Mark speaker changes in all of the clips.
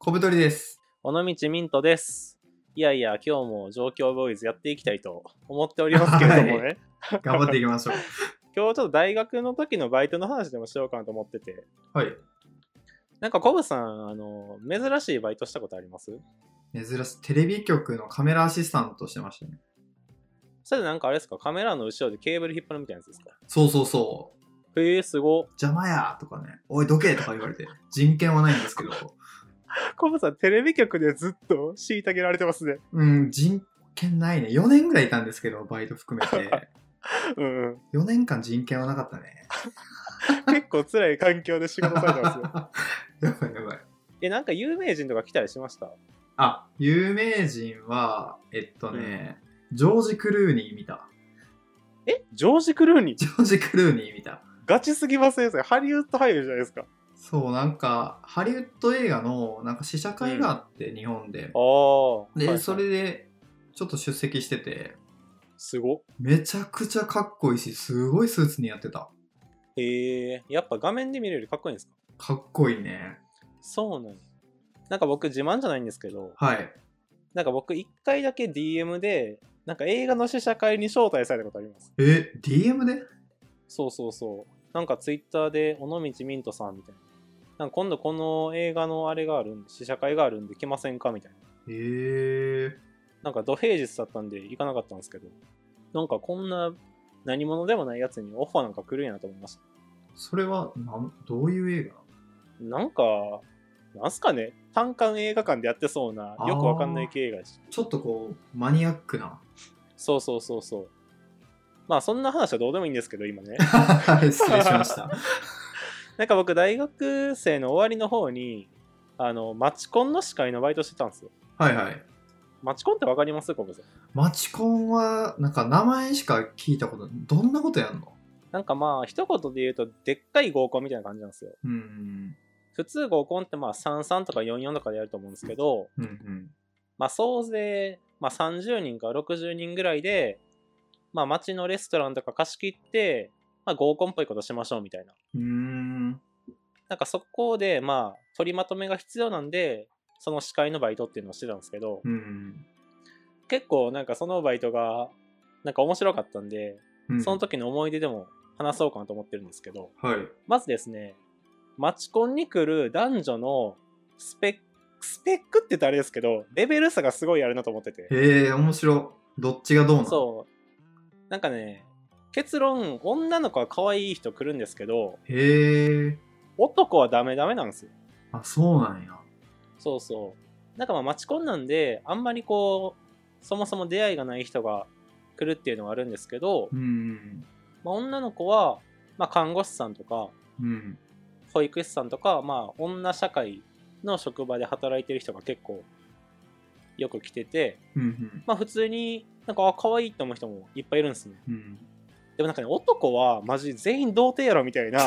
Speaker 1: 小太りです。
Speaker 2: 尾道ミントです。いやいや、今日も状況ボーイズやっていきたいと思っておりますけれどもね、
Speaker 1: は頑張っていきましょう。
Speaker 2: 今日ちょっと大学の時のバイトの話でもしようかなと思ってて、
Speaker 1: はい。
Speaker 2: なんかコブさん、あの、珍しいバイトしたことあります
Speaker 1: 珍しい。テレビ局のカメラアシスタントしてましたね。
Speaker 2: それでなんかあれですか、カメラの後ろでケーブル引っ張るみたいなやつですか
Speaker 1: そうそうそう。
Speaker 2: へえ、すご。
Speaker 1: 邪魔やとかね。おい、どけとか言われて。人権はないんですけど。
Speaker 2: コブさん、テレビ局でずっと虐げられてますね。
Speaker 1: うん、人権ないね。4年ぐらいいたんですけど、バイト含めて。
Speaker 2: うんうん。
Speaker 1: 4年間人権はなかったね。
Speaker 2: 結構辛い環境で仕事されてますよ。
Speaker 1: やばいやばい。
Speaker 2: え、なんか有名人とか来たりしました
Speaker 1: あ、有名人は、えっとね、ジョージ・クルーニー見た。
Speaker 2: えジョージ・クルーニー
Speaker 1: ジョージ・クルーニー見た。
Speaker 2: ガチすぎませんそれハリウッド俳優じゃないですか。
Speaker 1: そう、なんか、ハリウッド映画の、なんか試写会があって、日本で。で、
Speaker 2: ああ。はいはい
Speaker 1: それで、ちょっと出席してて、
Speaker 2: すご。
Speaker 1: めちゃくちゃかっこいいし、すごいスーツ似合ってた。
Speaker 2: へえやっぱ画面で見るよりかっこいいんですか
Speaker 1: かっこいいね。
Speaker 2: そうなんやなんか僕自慢じゃないんですけど、
Speaker 1: はい。
Speaker 2: なんか僕一回だけ DM で、なんか映画の試写会に招待されたことあります。
Speaker 1: え、DM で
Speaker 2: そうそうそう。なんかツイッターで、尾道ミントさんみたいな。なんか今度この映画のあれがあるんで、試写会があるんで来ませんかみたいな。
Speaker 1: えー、
Speaker 2: なんか土平日だったんで行かなかったんですけど、なんかこんな何者でもないやつにオファーなんか来るんやなと思いました。
Speaker 1: それはなん、どういう映画
Speaker 2: なんか、なんすかね、単館映画館でやってそうな、よくわかんない系映画でし
Speaker 1: ちょっとこう、マニアック な。。
Speaker 2: そうそうそうそう。まあそんな話はどうでもいいんですけど、今ね
Speaker 1: 失礼しました。
Speaker 2: なんか僕、大学生の終わりの方に、あの、マチコンの司会のバイトしてたんですよ。
Speaker 1: はいはい。
Speaker 2: マチコンってわかります小ブさん。
Speaker 1: マチコンは、なんか名前しか聞いたことない。どんなことやんの
Speaker 2: なんかまあ、一言で言うと、でっかい合コンみたいな感じなんですよ。
Speaker 1: うんうん。
Speaker 2: 普通合コンってまあ、33とか44とかでやると思うんですけど、
Speaker 1: うんうん。
Speaker 2: まあ、総勢、まあ、30人から60人ぐらいで、まあ、街のレストランとか貸し切って、まあ、合コンっぽいことしましょうみたいな。
Speaker 1: うーん。
Speaker 2: なんかそこで、まあ、取りまとめが必要なんで、その司会のバイトっていうのをしてたんですけど
Speaker 1: う、ん
Speaker 2: 結構なんかそのバイトが、なんか面白かったんで、
Speaker 1: うん。
Speaker 2: その時の思い出でも話そうかなと思ってるんですけど、
Speaker 1: はい。
Speaker 2: まずですね、街コンに来る男女のスペック、スペックって言ったらあれですけど、レベル差がすごいあるなと思ってて。
Speaker 1: へえ、面白。どっちがどうなの
Speaker 2: そう。なんかね、結論、女の子は可愛い人来るんですけど、
Speaker 1: へえ。
Speaker 2: 男はダメダメなんですよ。
Speaker 1: あ、そうなんや。
Speaker 2: そうそう。なんかまあ、マチコンなんで、あんまりこう、そもそも出会いがない人が来るっていうのはあるんですけど
Speaker 1: う、ん。
Speaker 2: まあ、女の子は、まあ、看護師さんとか、
Speaker 1: うん。
Speaker 2: 保育士さんとか、まあ、女社会の職場で働いてる人が結構、よく来てて、
Speaker 1: うん。うん。
Speaker 2: まあ、普通になんか、あ、可愛いって思う人もいっぱいいるんですね。
Speaker 1: うん。
Speaker 2: でもなんかね、男はマジ全員童貞やろみたいな、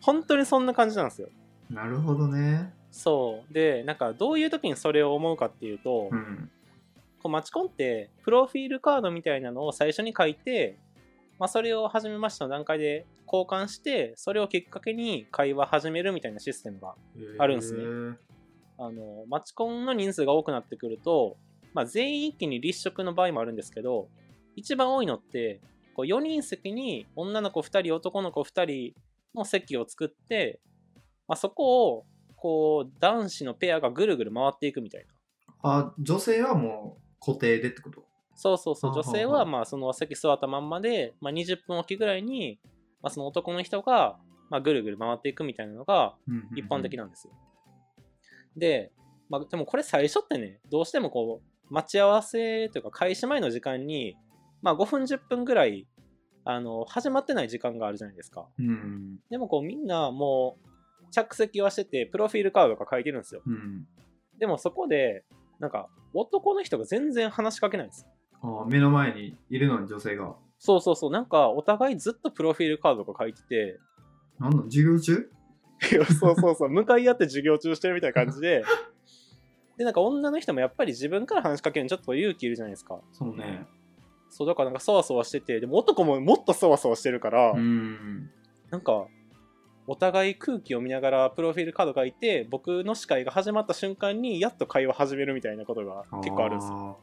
Speaker 2: 本当にそんな感じなんですよ。
Speaker 1: なるほどね。
Speaker 2: そう。で、なんかどういう時にそれを思うかっていうと、
Speaker 1: うん。
Speaker 2: こうマチコンって、プロフィールカードみたいなのを最初に書いて、まあそれを始めましたの段階で交換して、それをきっかけに会話始めるみたいなシステムが、あるんすね
Speaker 1: ね。
Speaker 2: あの、マチコンの人数が多くなってくると、まあ全員一気に立食の場合もあるんですけど、一番多いのって、こう4人席に女の子2人、男の子2人の席を作って、まあ、そこを、こう、男子のペアがぐるぐる回っていくみたいな。
Speaker 1: あ、女性はもう固定でってこと
Speaker 2: そうそうそう、
Speaker 1: はあ
Speaker 2: 女
Speaker 1: はあ
Speaker 2: 性はまあその席座ったまんまで、まあ、20分おきぐらいに、まあ、その男の人が、まあ、ぐるぐる回っていくみたいなのが一般的
Speaker 1: な。
Speaker 2: なんですよ。で、まあ、でもこれ最初ってね、どうしてもこう、待ち合わせというか開始前の時間に、まあ、5分10分ぐらい、あの、始まってない時間があるじゃないですか。
Speaker 1: うん。
Speaker 2: でもこうみんなもう着席はしてて、プロフィールカードが書いてるんですよ。
Speaker 1: うん。
Speaker 2: でもそこで、なんか男の人が全然話しかけないんですよ。
Speaker 1: あ目の前にいるのに女性が。
Speaker 2: そうそうそう、なんかお互いずっとプロフィールカードが書いてて、
Speaker 1: なんだ、授業中
Speaker 2: いや そうそうそう、向かい合って授業中してるみたいな感じで、で、なんか女の人もやっぱり自分から話しかけるのちょっと勇気いるじゃないですか。
Speaker 1: そうね。
Speaker 2: そう、だからなんかそわそわしてて、でも男ももっとそわそわしてるから、
Speaker 1: うん。
Speaker 2: なんか、お互い空気を見ながらプロフィールカード書いて僕の司会が始まった瞬間にやっと会話始めるみたいなことが結構あるんですよ
Speaker 1: よ。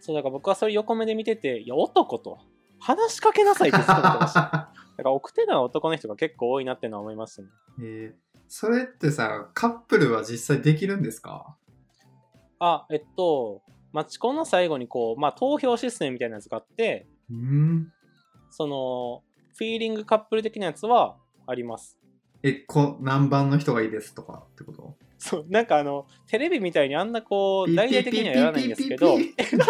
Speaker 2: そうだから僕はそれ横目で見てていや男と話しかけなさいってずっと思ってました だから奥手な男の人が結構多いなってのは思いましたね
Speaker 1: えー それってさ、カップルは実際できるんですか
Speaker 2: あえっとマチコンの最後にこう、まあ、投票システムみたいなやつがあって
Speaker 1: うん。
Speaker 2: そのフィーリングカップル的なやつはあります
Speaker 1: え、こ、何番の人がいいですとかってこと
Speaker 2: そうなんかあのテレビみたいにあんなこう大々的にはやらないんですけど
Speaker 1: ピピピピピピ
Speaker 2: な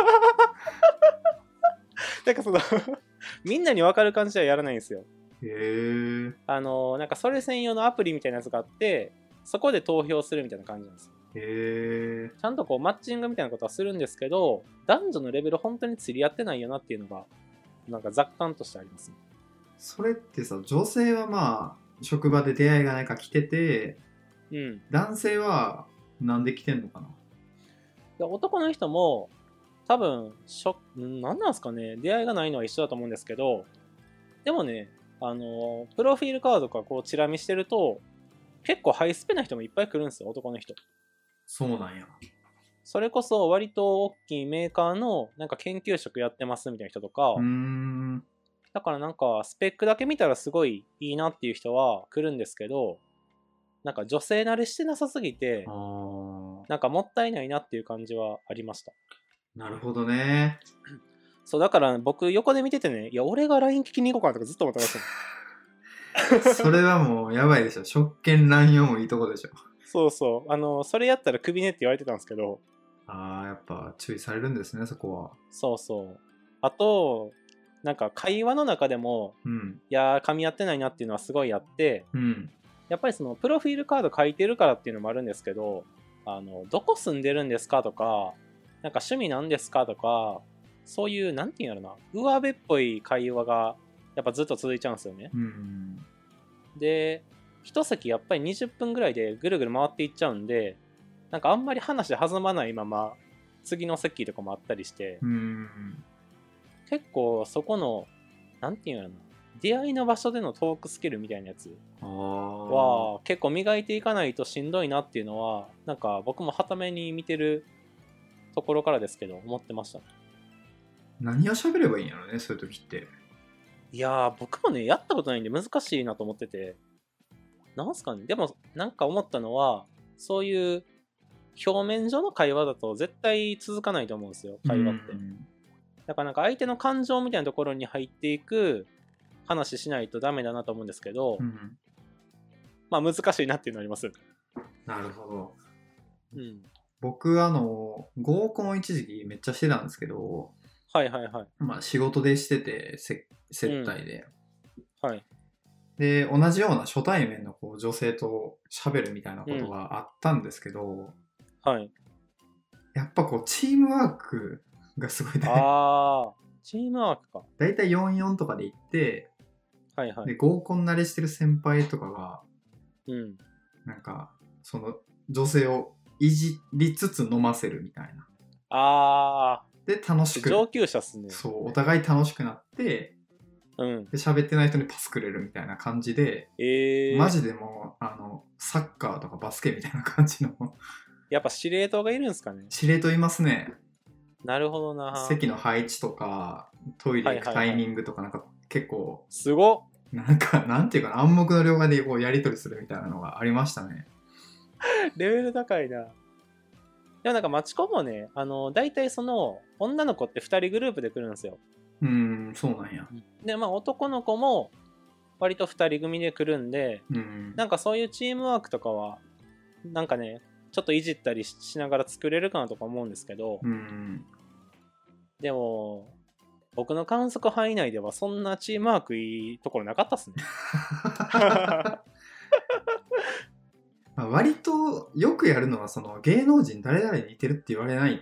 Speaker 2: んかその みんなに分かる感じではやらないんですよ
Speaker 1: ピへえ。
Speaker 2: あのなんかそれ専用のアプリみたいなやつがあってそこで投票するみたいな感じなんですよ
Speaker 1: へえ。
Speaker 2: ちゃんとこうマッチングみたいなことはするんですけど男女のレベル本当に釣り合ってないよなっていうのがなんか雑感としてありますね
Speaker 1: それってさ、女性はまあ、職場で出会いがないか来てて、
Speaker 2: うん
Speaker 1: 男性はなんで来てんのかな
Speaker 2: で男の人も多分しょん何なんですかね出会いがないのは一緒だと思うんですけどでもねあのプロフィールカードとかこうチラ見してると結構ハイスペな人もいっぱい来るんですよ男の人
Speaker 1: そうなんや。
Speaker 2: それこそ割と大きいメーカーのなんか研究職やってますみたいな人とか、
Speaker 1: うーん。
Speaker 2: だからなんかスペックだけ見たらすごいいいなっていう人は来るんですけどなんか女性慣れしてなさすぎて
Speaker 1: あー
Speaker 2: なんかもったいないなっていう感じはありました
Speaker 1: なるほどね。
Speaker 2: そうだから僕横で見ててねいや俺が LINE 聞きに行こうかなとかずっと思ってましたね
Speaker 1: それはもうやばいでしょ。職権乱用もいいとこでしょ。
Speaker 2: そうそうあのそれやったらクビねって言われてたんですけど
Speaker 1: ああ、やっぱ注意されるんですね、そこは。
Speaker 2: そうそうあとなんか会話の中でも
Speaker 1: うん。
Speaker 2: いやー噛み合ってないなっていうのはすごいあって
Speaker 1: うん。
Speaker 2: やっぱりそのプロフィールカード書いてるからっていうのもあるんですけどあのどこ住んでるんですかとかなんか趣味なんですかとかそういうなんていうんやろな上辺っぽい会話がやっぱずっと続いちゃうんですよね
Speaker 1: うん。
Speaker 2: で一席やっぱり20分ぐらいでぐるぐる回っていっちゃうんでなんかあんまり話弾まないまま次の席とかもあったりして
Speaker 1: うん。
Speaker 2: 結構そこのなんていうんやろな出会いの場所でのトークスキルみたいなやつ
Speaker 1: ああ。
Speaker 2: は結構磨いていかないとしんどいなっていうのはなんか僕も傍目に見てるところからですけど思ってました
Speaker 1: 何を喋ればいいんやろね、そういう時って。
Speaker 2: いやー僕もねやったことないんで難しいなと思っててなんすかねでもなんか思ったのはそういう表面上の会話だと絶対続かないと思うんですよ会話って、
Speaker 1: うん
Speaker 2: だからなんか相手の感情みたいなところに入っていく話しないとダメだなと思うんですけど、
Speaker 1: うん。
Speaker 2: まあ難しいなっていうのあります
Speaker 1: なるほど。
Speaker 2: うん
Speaker 1: 僕、あの、合コンを一時期めっちゃしてたんですけど、
Speaker 2: はいはいはい
Speaker 1: まあ仕事でしてて、せ接待で。
Speaker 2: はい
Speaker 1: で、同じような初対面のこう女性と喋るみたいなことがあったんですけど、
Speaker 2: はい
Speaker 1: やっぱこう、チームワークがすごい大
Speaker 2: あーチームワークか
Speaker 1: 大体44とかで行って、
Speaker 2: はいはい
Speaker 1: で、合コン慣れしてる先輩とかが、
Speaker 2: うん
Speaker 1: なんか、その女性をいじりつつ飲ませるみたいな。
Speaker 2: あ
Speaker 1: で、楽し
Speaker 2: ー
Speaker 1: く、
Speaker 2: 上級者っすね
Speaker 1: そう、お互い楽しくなって、
Speaker 2: うん
Speaker 1: で、喋ってない人にパスくれるみたいな感じで、
Speaker 2: えー、
Speaker 1: マジでもう、あの、サッカーとかバスケみたいな感じの、
Speaker 2: やっぱ司令塔がいるんですかね
Speaker 1: 司令と言いますね。
Speaker 2: なるほどな。
Speaker 1: 席の配置とか、トイレ行くタイミングとか、なんか結構、
Speaker 2: すごっ
Speaker 1: なんか、 なんていうかな、暗黙の了解でこうやり取りするみたいなのがありましたね。
Speaker 2: レベル高いな。でもなんかマチコもね、あの、大体その、女の子って2人グループで来るんですよ。
Speaker 1: うーん、そうなんや。
Speaker 2: で、まあ男の子も割と2人組で来るんで、
Speaker 1: うん。
Speaker 2: なんかそういうチームワークとかは、なんかね、ちょっといじったりししながら作れるかなとか思うんですけど、
Speaker 1: うん。
Speaker 2: でも、僕の観測範囲内ではそんなチームワークいいところなかったっすね。
Speaker 1: まあ割とよくやるのはその芸能人誰々に似てるって言われないっ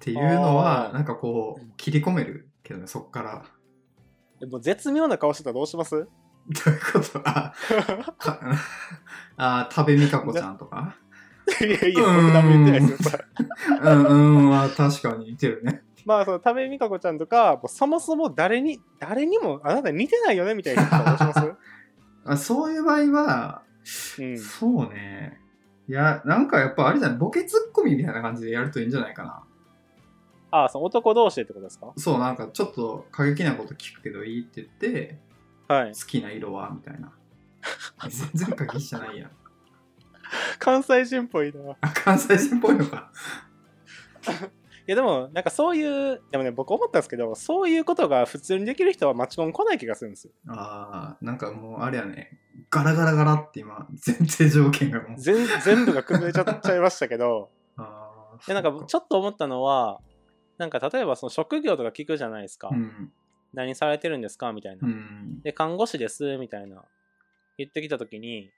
Speaker 1: ていうの
Speaker 2: あ
Speaker 1: は
Speaker 2: ー
Speaker 1: なんかこう切り込めるけどねそっから。
Speaker 2: でも絶妙な顔してたらどうします
Speaker 1: どういうことあかあー多部未華子ちゃんとか
Speaker 2: いやいや、僕何も言ってないですよ。
Speaker 1: うんうんあー確かに似てるね。
Speaker 2: まあその多部未華子ちゃんとかもうそもそも誰に誰にもあなた似てないよねみたいな人はどうします
Speaker 1: あそういう場合は、
Speaker 2: うん、
Speaker 1: そうね。いや、なんかやっぱあれじゃない、ボケツッコミみたいな感じでやるといいんじゃないかな。
Speaker 2: ああ、その男同士でってことですか
Speaker 1: そう、なんかちょっと過激なこと聞くけどいいって言って、
Speaker 2: はい。
Speaker 1: 好きな色はみたいな。全然過激じゃないやん。
Speaker 2: 関西人っぽいな。い
Speaker 1: あ関西人っぽいのか。
Speaker 2: やでも、なんかそういう、でもね、僕思ったんですけど、そういうことが普通にできる人はマチコン来ない気がするんですよ。
Speaker 1: ああ、なんかもうあれやね。ガラガラガラって今、前提条件がもう。
Speaker 2: 全全部が崩れちゃっちゃいましたけ ど、
Speaker 1: あー
Speaker 2: いやなんかちょっと思ったのは、なんか例えばその職業とか聞くじゃないですか。
Speaker 1: うん。
Speaker 2: 何されてるんですかみたいな。
Speaker 1: うん。
Speaker 2: で、看護師です、みたいな。言ってきたときに、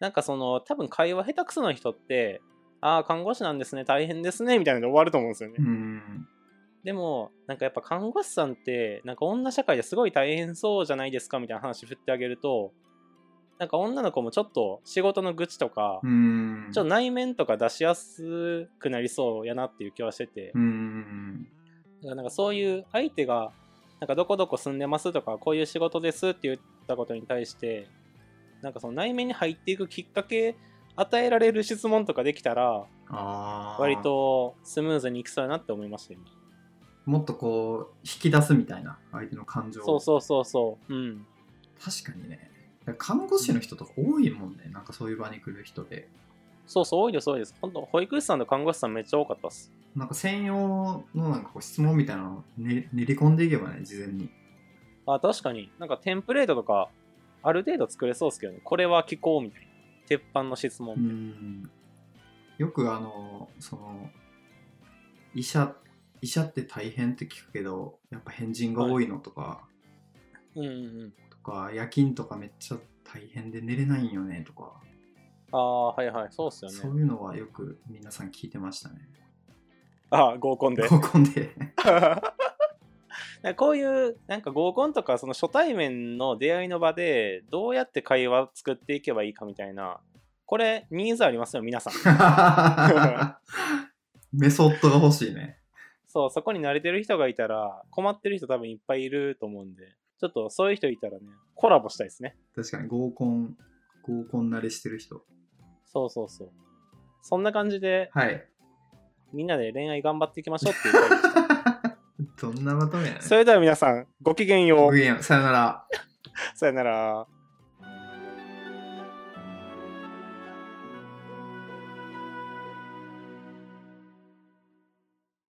Speaker 2: なんかその、多分会話下手くそな人って、ああ、看護師なんですね、大変ですね、みたいなので終わると思うんですよね。
Speaker 1: うん。
Speaker 2: でも、なんかやっぱ看護師さんって、なんか女社会ですごい大変そうじゃないですか、みたいな話振ってあげると、なんか女の子もちょっと仕事の愚痴とか、
Speaker 1: うん。
Speaker 2: ちょっと内面とか出しやすくなりそうやなっていう気はしてて、
Speaker 1: うん。
Speaker 2: だからなんかそういう相手が、なんかどこどこ住んでますとか、こういう仕事ですって言ったことに対して、なんかその内面に入っていくきっかけ、与えられる質問とかできたら、
Speaker 1: ああ。
Speaker 2: 割。とスムーズにいきそうやなって思いました、今
Speaker 1: もっとこう、引き出すみたいな、相手の感情を
Speaker 2: そうそうそうそう。うん。
Speaker 1: 確かにね。看護師の人とか多いもんね。なんかそういう場に来る人で。
Speaker 2: そうそう、多いです、多いです。本当保育士さんと看護師さんめっちゃ多かったっす。
Speaker 1: なんか専用のなんかこう質問みたいなのを、ね、練り込んでいけばね、事前に。
Speaker 2: あ、確かに。なんかテンプレートとか、ある程度作れそうですけどね。これは聞こうみたいな。鉄板の質問。
Speaker 1: うん。よくあの、その、医者、医者って大変って聞くけど、やっぱ変人が多いのとか、
Speaker 2: うんうんうん。
Speaker 1: とか、夜勤とかめっちゃ大変で寝れないんよねとか、
Speaker 2: ああ、はいはい。そうっすよ
Speaker 1: そ
Speaker 2: ね。
Speaker 1: ういうのはよく皆さん聞いてましたね。
Speaker 2: ああ、合コンで。
Speaker 1: 合コンで。
Speaker 2: なんかこういうなんか合コンとかその初対面の出会いの場でどうやって会話作っていけばいいかみたいなこれニーズありますよ皆さん
Speaker 1: メソッドが欲しいね。
Speaker 2: そうそこに慣れてる人がいたら困ってる人多分いっぱいいると思うんでちょっとそういう人いたらねコラボしたいですね
Speaker 1: 確かに合コン、合コン慣れしてる人。
Speaker 2: そうそうそうそんな感じで
Speaker 1: はい。
Speaker 2: みんなで恋愛頑張っていきましょうっていう会でし
Speaker 1: どんなまとめやね
Speaker 2: たそれでは皆さんごきげんよ
Speaker 1: ご
Speaker 2: う
Speaker 1: きげんようさよなら。
Speaker 2: さよなら